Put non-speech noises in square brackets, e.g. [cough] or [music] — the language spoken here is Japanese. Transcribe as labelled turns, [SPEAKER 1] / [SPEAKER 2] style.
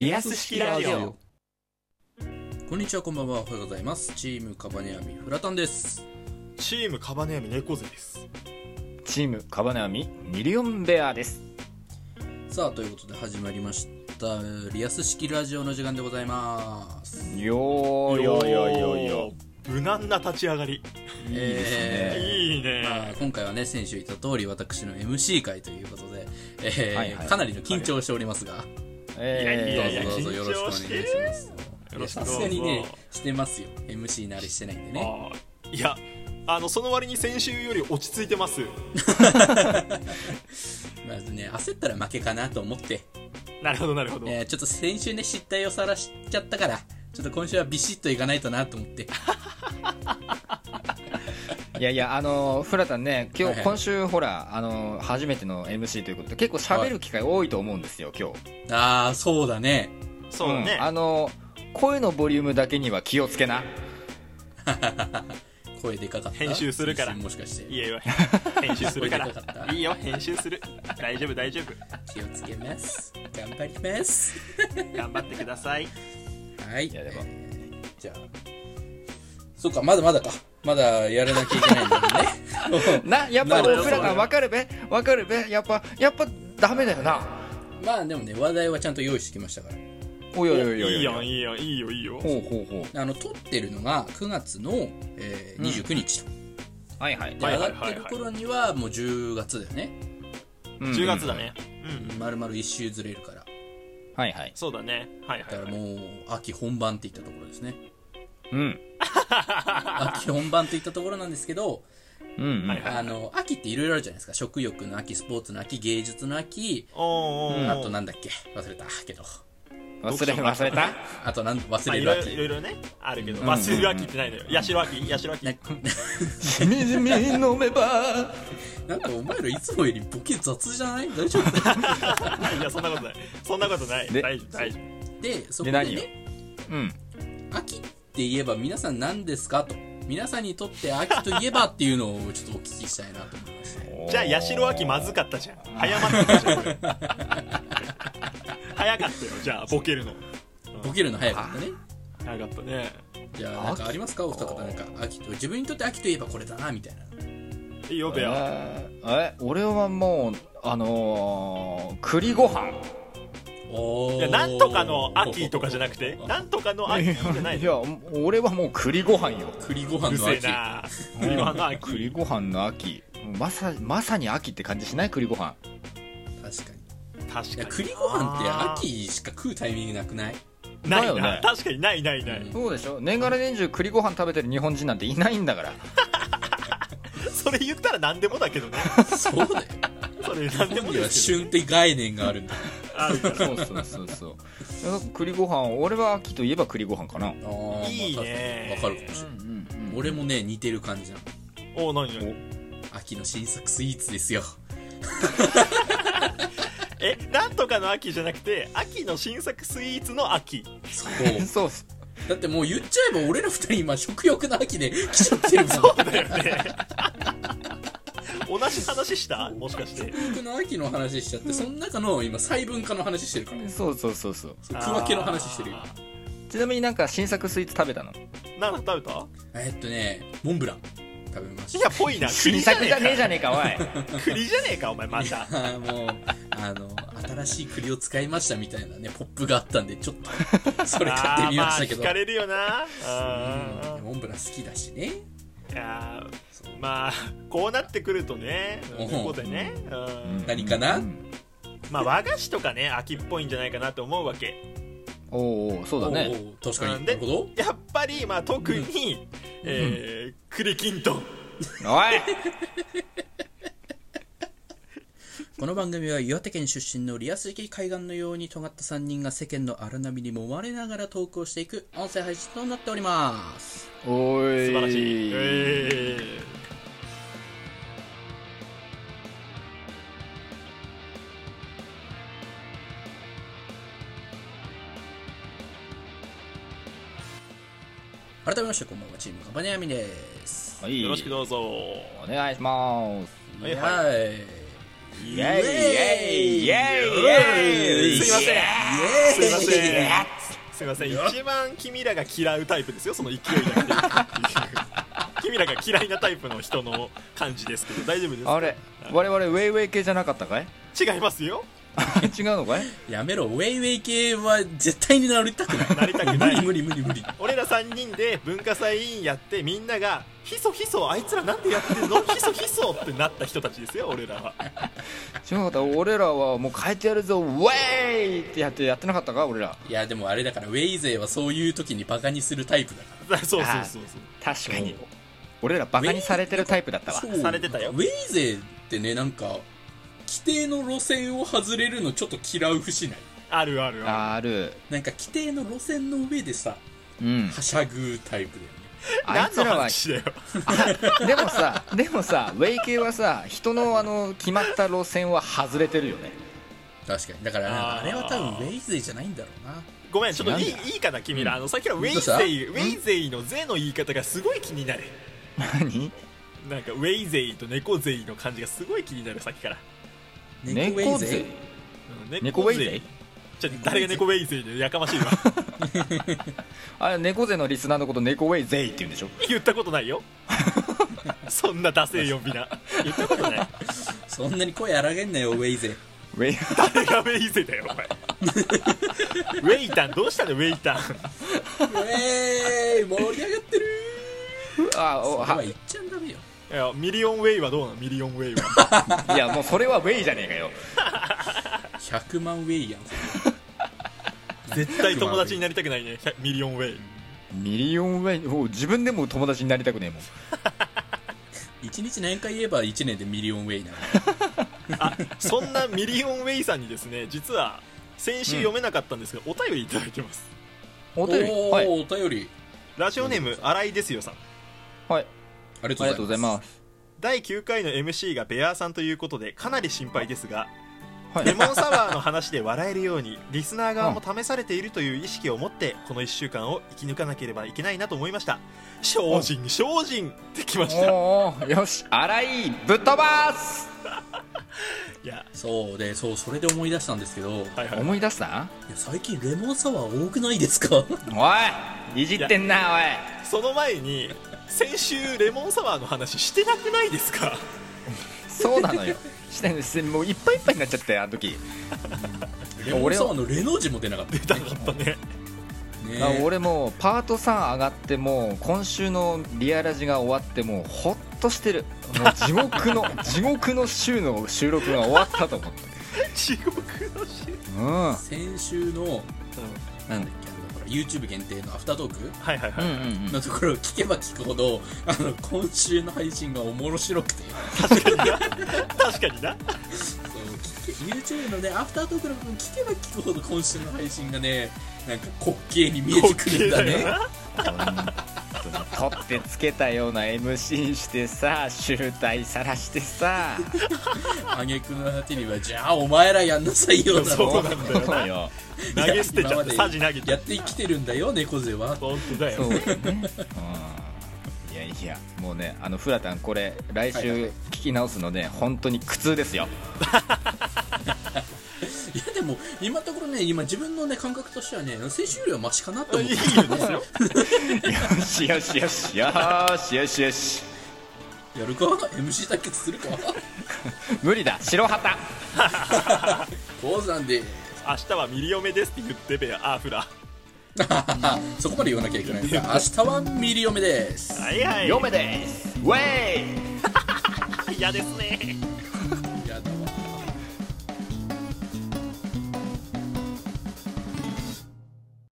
[SPEAKER 1] リアス式ラジオ
[SPEAKER 2] こんにちは、こんばんは、おはようございます。チームカバネアミフラタンです。
[SPEAKER 3] チームカバネアミ猫背です
[SPEAKER 1] チームカバネアミミリオンベアです
[SPEAKER 2] さあ、ということで始まりました、えーリアス式ラジオの時間でございます。
[SPEAKER 1] よーよーよーよーよ
[SPEAKER 3] 無難な立ち上がり
[SPEAKER 1] いいですね
[SPEAKER 3] いいね、
[SPEAKER 2] まあ、今回はね、先週言った通り、私の MC 会ということで、えー
[SPEAKER 1] はいはい
[SPEAKER 2] かなりの緊張しておりますが、
[SPEAKER 3] いやいや
[SPEAKER 1] え
[SPEAKER 2] どうぞどうぞよろしくお願いし
[SPEAKER 3] 緊張して
[SPEAKER 2] ま
[SPEAKER 3] よ
[SPEAKER 2] す。いや
[SPEAKER 3] ろしくど
[SPEAKER 2] さ
[SPEAKER 3] うぞ
[SPEAKER 2] すがにね、してますよ。MC 慣れしてないんでね。
[SPEAKER 3] あーいやあのその割に先週より落ち着いてます
[SPEAKER 2] まずね、焦ったら負けかなと思って、
[SPEAKER 3] なるほどなるほど、
[SPEAKER 2] えーちょっと先週ね、失態をさらしちゃったから、ちょっと今週はビシッといかないとなと思って。
[SPEAKER 1] ーいやいやあのーフラタンね今
[SPEAKER 2] はいは
[SPEAKER 1] 日
[SPEAKER 2] い
[SPEAKER 1] 今週ほらあのー初めての MC ということで結構喋る機会多いと思うんですよ今日
[SPEAKER 2] ああ、そうだね。
[SPEAKER 3] そうだね
[SPEAKER 1] ん、あのー声のボリュームだけには気をつけな
[SPEAKER 2] 声でかかった
[SPEAKER 3] 編集するから
[SPEAKER 2] 先週もしかして
[SPEAKER 3] いやいや編集するから
[SPEAKER 2] これでかかった
[SPEAKER 3] いいよ編集する大丈夫大丈夫
[SPEAKER 2] 気をつけます頑張ります
[SPEAKER 3] 頑張ってください
[SPEAKER 2] はい
[SPEAKER 1] いやでも
[SPEAKER 2] じゃあそっかまだまだかまだやらなきゃいけないんだもんね [laughs]
[SPEAKER 1] なやっぱ
[SPEAKER 2] なるほど
[SPEAKER 1] フラタン分かるべ分かるべやっぱやっぱダメだよな
[SPEAKER 2] まあでもね話題はちゃんと用意してきましたから
[SPEAKER 1] おいおいお
[SPEAKER 3] い
[SPEAKER 1] いおいお
[SPEAKER 3] いよい
[SPEAKER 1] い
[SPEAKER 3] いよいいよいいよ
[SPEAKER 1] ほうほうほう
[SPEAKER 2] あの撮ってるのが9月の、えー、29日と、
[SPEAKER 1] はいはい
[SPEAKER 2] で
[SPEAKER 3] はい
[SPEAKER 2] 上
[SPEAKER 3] はい
[SPEAKER 2] がっ
[SPEAKER 3] はいはい
[SPEAKER 2] てる頃にはもう10月だよね
[SPEAKER 1] うん
[SPEAKER 3] 10月だねうん、
[SPEAKER 2] 丸々1週ずれるから
[SPEAKER 1] はいはい
[SPEAKER 3] そうだねはいは
[SPEAKER 2] だ
[SPEAKER 3] い、は
[SPEAKER 2] から
[SPEAKER 3] い、
[SPEAKER 2] もう秋本番っていったところですね
[SPEAKER 3] [laughs]
[SPEAKER 1] うん
[SPEAKER 2] 秋本番っていったところなんですけど
[SPEAKER 1] うんうん
[SPEAKER 3] はい
[SPEAKER 2] あの秋っていろいろあるじゃないですか食欲の秋スポーツの秋芸術の秋
[SPEAKER 3] おーおーおー
[SPEAKER 2] あとなんだっけ忘れたけど
[SPEAKER 1] 忘れ忘れ [laughs] た
[SPEAKER 2] あとなん忘
[SPEAKER 3] まあ、
[SPEAKER 2] れ
[SPEAKER 3] い
[SPEAKER 2] る
[SPEAKER 3] ろ
[SPEAKER 2] 秋
[SPEAKER 3] いろいろねあるけど、まあ、すぐ秋ってないのよ八代秋八代秋
[SPEAKER 2] な
[SPEAKER 1] しみじみ飲めば
[SPEAKER 2] なんかお前らいつもよりボケ雑じゃない大丈夫
[SPEAKER 3] いやそんなことないそんなことない
[SPEAKER 1] で
[SPEAKER 3] 大丈夫大丈夫
[SPEAKER 2] でそ
[SPEAKER 1] で
[SPEAKER 2] こで
[SPEAKER 1] 何よ
[SPEAKER 2] ね
[SPEAKER 1] うん
[SPEAKER 2] 秋って言えば皆さん何ですかと皆さんにとって秋といえばっていうのをちょっとお聞きしたいなと思いまして
[SPEAKER 3] じゃあ八代亜紀まずかったじゃん早まってたじゃん早かったよじゃあボケるの
[SPEAKER 2] ボケるの早かったね
[SPEAKER 3] 早かったね
[SPEAKER 2] じゃあなんかありますかお二方なんか秋と自分にとって秋といえばこれだなみたいない
[SPEAKER 3] いよベア
[SPEAKER 1] えーえ俺はもうあのー、栗ご飯
[SPEAKER 2] おー
[SPEAKER 3] いやなんとかの秋とかじゃなくてなんとかの秋じゃない
[SPEAKER 1] い
[SPEAKER 3] の
[SPEAKER 1] や俺はもう栗ご飯よ
[SPEAKER 2] 栗ご飯
[SPEAKER 3] うる
[SPEAKER 2] の
[SPEAKER 3] せえ
[SPEAKER 2] 秋
[SPEAKER 3] な栗ご飯の秋
[SPEAKER 1] 栗ご飯の秋まさまさに秋って感じしない栗ご飯
[SPEAKER 2] 確かに
[SPEAKER 3] 確
[SPEAKER 2] い
[SPEAKER 3] か
[SPEAKER 2] や
[SPEAKER 3] に
[SPEAKER 2] 栗ご飯って秋しか食うタイミングなくない
[SPEAKER 3] な
[SPEAKER 1] だよね
[SPEAKER 3] いな確かにないないな
[SPEAKER 2] う
[SPEAKER 3] い
[SPEAKER 2] ん
[SPEAKER 1] そうでしょ年がら年中栗ご飯食べてる日本人なんていないんだから
[SPEAKER 3] それ言ったら何でもだけどね
[SPEAKER 2] そうだよ
[SPEAKER 3] それ何でも
[SPEAKER 2] いや
[SPEAKER 3] ですけど
[SPEAKER 2] 旬って概念があるんだ
[SPEAKER 3] あるから
[SPEAKER 1] そうそうそうそうだから [laughs] 栗ご飯俺は秋といえば栗ご飯かな
[SPEAKER 2] あー
[SPEAKER 3] いいね
[SPEAKER 2] まあ確かにわかるかもしれない
[SPEAKER 1] うん
[SPEAKER 2] 俺もね似てる感じなの
[SPEAKER 3] おお何何
[SPEAKER 2] 秋の新作スイーツですよ
[SPEAKER 3] えなんとかの秋じゃなくて秋の新作スイーツの秋
[SPEAKER 2] そ
[SPEAKER 1] うん
[SPEAKER 2] う
[SPEAKER 1] そうっす
[SPEAKER 2] だってもう言っちゃえば俺ら二人今食欲の
[SPEAKER 3] [laughs]
[SPEAKER 2] 秋で来ちゃってるもん [laughs]
[SPEAKER 3] 同じ話したもしかして
[SPEAKER 2] 食欲の秋の話しちゃってその中の今細分化の話してるから
[SPEAKER 1] そうそうそうそう
[SPEAKER 2] そう区分けの話してるよ
[SPEAKER 3] あ
[SPEAKER 1] ちなみになんか新作スイーツ食べたの
[SPEAKER 3] ーなんだ食べた
[SPEAKER 2] えっとねモンブラン食べまし
[SPEAKER 3] い
[SPEAKER 2] た
[SPEAKER 3] やぽいな
[SPEAKER 1] 新
[SPEAKER 3] 栗じゃ
[SPEAKER 1] 作
[SPEAKER 3] ね
[SPEAKER 1] じゃねえ
[SPEAKER 3] え
[SPEAKER 1] じゃねえかおい
[SPEAKER 3] か栗じゃねえかお前また
[SPEAKER 2] あーもうあの新しい栗を使いましたみたいなねポップがあったんでちょっとそれ買ってみましたけ
[SPEAKER 3] あーま
[SPEAKER 2] ど
[SPEAKER 3] あ、惹かれるよな
[SPEAKER 2] う
[SPEAKER 3] あ
[SPEAKER 2] んモンブラン好きだしね
[SPEAKER 3] ーいやーまあこうなってくるとね
[SPEAKER 2] おう
[SPEAKER 3] ここでね、うん [laughs]
[SPEAKER 2] 何かな
[SPEAKER 1] うん
[SPEAKER 3] まあ和菓子とかね秋っぽいんじゃないかなと思うわけ
[SPEAKER 1] おうおうそうだ
[SPEAKER 2] お
[SPEAKER 1] ね
[SPEAKER 2] うおう確か
[SPEAKER 3] うん
[SPEAKER 2] にな
[SPEAKER 3] で
[SPEAKER 2] るほど
[SPEAKER 3] やっぱり、まあ、特に、えー、栗きんとん
[SPEAKER 1] おい
[SPEAKER 2] この番組は岩手県出身のリアス式海岸のように尖った3人が世間の荒波に揉まれながら投稿していく音声配信となっております
[SPEAKER 1] おい
[SPEAKER 3] 素晴らしい、えー
[SPEAKER 2] 改めましてこんばんはチームカバネアミです
[SPEAKER 1] はい
[SPEAKER 3] よろしくどうぞ
[SPEAKER 1] お願いします
[SPEAKER 3] はい
[SPEAKER 2] はいイ
[SPEAKER 1] イエイイエイイエイイエイ
[SPEAKER 3] すいません
[SPEAKER 2] イエイ
[SPEAKER 3] すいませんすいません一番君らが嫌うタイプですよその勢いだけで君らが嫌いなタイプの人の感じですけど大丈夫ですか
[SPEAKER 1] あれ我々ウェイウェイ系じゃなかった
[SPEAKER 3] [laughs]
[SPEAKER 1] かい
[SPEAKER 3] 違いますよ
[SPEAKER 1] 違うのかい
[SPEAKER 2] やめろウェイウェイ系は絶対になりたくない
[SPEAKER 3] [laughs] なりたく
[SPEAKER 2] 無
[SPEAKER 3] な
[SPEAKER 2] 理
[SPEAKER 3] い
[SPEAKER 2] 無理無理無理
[SPEAKER 3] 俺ら3人で文化祭委員やってみんながひそひそあいつらなんでやってんのひそひそってなった人たちですよ俺らは
[SPEAKER 1] 違うかった俺らはもう変えてやるぞウェイってやってやってなかったか俺ら
[SPEAKER 2] いやでもあれだからウェイ勢はそういう時にバカにするタイプだか
[SPEAKER 3] そうそうそうそう
[SPEAKER 1] 確かに俺らバカにされてるタイプだった
[SPEAKER 3] [laughs]
[SPEAKER 2] ら
[SPEAKER 1] わ
[SPEAKER 2] そう
[SPEAKER 3] されてたよ
[SPEAKER 2] ウェイ勢ってねなんか規定の路線を外れるのちょっと嫌う節ない
[SPEAKER 3] あるあるあ
[SPEAKER 1] ある
[SPEAKER 2] なんか規定の路線の上でさ
[SPEAKER 1] うん
[SPEAKER 2] はしゃぐタイプだ
[SPEAKER 3] る
[SPEAKER 2] よね
[SPEAKER 1] あいつらは
[SPEAKER 3] [laughs] 何の話だよ
[SPEAKER 1] [laughs] でもさでもさウェイ系はさ人のあの決まった路線は外れてるよね
[SPEAKER 2] 確かにだからなんか
[SPEAKER 3] あー
[SPEAKER 2] あれは多分ウェイ勢じゃないんだろうな
[SPEAKER 3] ごめんちょっといい
[SPEAKER 1] 違うんだ
[SPEAKER 3] いいかな君らあのさっきのウェイ
[SPEAKER 2] どうした
[SPEAKER 3] ゼイウェイゼイの「ゼ」の言い方がすごい気になる
[SPEAKER 1] 何
[SPEAKER 3] なんかウェイゼイと猫ゼイの感じがすごい気になるさっきから
[SPEAKER 1] 猫
[SPEAKER 2] 勢
[SPEAKER 1] 勢
[SPEAKER 3] うん
[SPEAKER 1] 猫ウェイ勢
[SPEAKER 3] じゃ誰が猫ウェイゼイでやかましいわ
[SPEAKER 1] あれ猫背のリスナーのこと猫ウェイゼイって言うんでしょ
[SPEAKER 3] 言ったことないよそんなダセえ呼び名言ったことない
[SPEAKER 2] そんなに声荒げんなよウェイ勢
[SPEAKER 1] ウェイ
[SPEAKER 3] 誰がウェイゼだよお前ウェイタンどうしたのウェイタン
[SPEAKER 2] ウェイ盛り上がってる
[SPEAKER 1] あお
[SPEAKER 2] これは
[SPEAKER 1] は
[SPEAKER 2] 言っちゃダメよ
[SPEAKER 3] いやミリオンウェイはどうなのミリオンウェイは
[SPEAKER 1] いやもうそれはウェイじゃねえかよ
[SPEAKER 2] 100万ウェイやん
[SPEAKER 3] 絶対友達になりたくないね100ミリオンウェイ
[SPEAKER 1] ミリオンウェイお自分でも友達になりたくねえもん
[SPEAKER 2] 1日何回言えば1年でミリオンウェイなの
[SPEAKER 3] あそんなミリオンウェイさんにですね実は先週読めなかったんですが、お便りいただいてます
[SPEAKER 1] お便り
[SPEAKER 2] おー
[SPEAKER 1] はい
[SPEAKER 2] お便り
[SPEAKER 3] ラジオネーム新井ですよさん
[SPEAKER 1] はい
[SPEAKER 2] ありが
[SPEAKER 1] ありがと
[SPEAKER 2] と
[SPEAKER 1] うござ
[SPEAKER 2] うござ
[SPEAKER 1] い
[SPEAKER 2] います
[SPEAKER 1] ます
[SPEAKER 3] 第9回の MC がベアーさんということでかなり心配ですが
[SPEAKER 1] はい
[SPEAKER 3] レモンサワーの話で笑えるようにリスナー側も試されているという意識を持ってこの1週間を生き抜かなければいけないなと思いました精進精進ってきました
[SPEAKER 1] おーおーよし荒いぶっ飛ばす
[SPEAKER 3] いや
[SPEAKER 2] そうでそうそれで思い出したんですけど、いや
[SPEAKER 3] はいはい
[SPEAKER 1] 思い出した
[SPEAKER 2] 最近レモンサワー多くないですか
[SPEAKER 1] おいいじってんな
[SPEAKER 3] その前に先週レモンサワーの話してなくないです
[SPEAKER 2] [laughs]
[SPEAKER 3] か
[SPEAKER 1] おいそうなのよしてですもういっぱいいっぱいになっちゃったよあの時
[SPEAKER 2] レモンサワーのレノージも出なかった
[SPEAKER 3] 出たかったね
[SPEAKER 1] あ
[SPEAKER 2] ね
[SPEAKER 1] 俺もうパート3上がってもう今週のリアラジが終わってもうホッとしてるもう地獄の [laughs] 地獄の週の収録が終わったと思って
[SPEAKER 3] 地獄の週
[SPEAKER 1] うんうん
[SPEAKER 2] 先週の
[SPEAKER 3] うん
[SPEAKER 2] なんだっけあのほら YouTube 限定のアフタートーク
[SPEAKER 3] はいはいは
[SPEAKER 1] う
[SPEAKER 3] い、
[SPEAKER 1] んうん
[SPEAKER 2] のところを聞けば聞くほどあの今週の配信がおもろしろくて
[SPEAKER 3] 確かにな
[SPEAKER 2] そう聞け YouTube のねアフタートークの部分聞けば聞くほど今週の配信がねなんか滑稽に見えてくるんだね
[SPEAKER 1] 取ってつけたような MC してさ集大さらしてさ
[SPEAKER 2] 挙句の果てにはじゃあお前らやんなさいよな
[SPEAKER 3] そう
[SPEAKER 2] の
[SPEAKER 3] なんだよな
[SPEAKER 1] そうよ
[SPEAKER 3] 投げ捨てちゃって
[SPEAKER 2] いや今まで
[SPEAKER 3] サジ投げちゃ
[SPEAKER 2] や
[SPEAKER 3] っ
[SPEAKER 2] っててきてるんだよ猫背は
[SPEAKER 3] 本当だ
[SPEAKER 1] そう
[SPEAKER 3] よ
[SPEAKER 1] ね、うん、いやいやもうねあのフラタンこれ来
[SPEAKER 2] はいはいは
[SPEAKER 1] 週聞き直すので、本当に苦痛ですよ
[SPEAKER 2] いやでも今のところね今自分のね感覚としてはね先週よりはマシかなと
[SPEAKER 3] [laughs]
[SPEAKER 2] 思って
[SPEAKER 3] いい
[SPEAKER 2] ま
[SPEAKER 3] です
[SPEAKER 2] す
[SPEAKER 3] よ
[SPEAKER 1] よしよしよしよしよしよし
[SPEAKER 2] やるか MC 対決するか [laughs]
[SPEAKER 1] 無理だ白旗
[SPEAKER 2] 鉱山で
[SPEAKER 3] 明日はミリオメですって言ってべやアーフラ
[SPEAKER 2] そこまで言わなきゃいけないんだ明日はミリオメです
[SPEAKER 3] はいはい
[SPEAKER 1] 嫁ですウェイ
[SPEAKER 3] 嫌ですね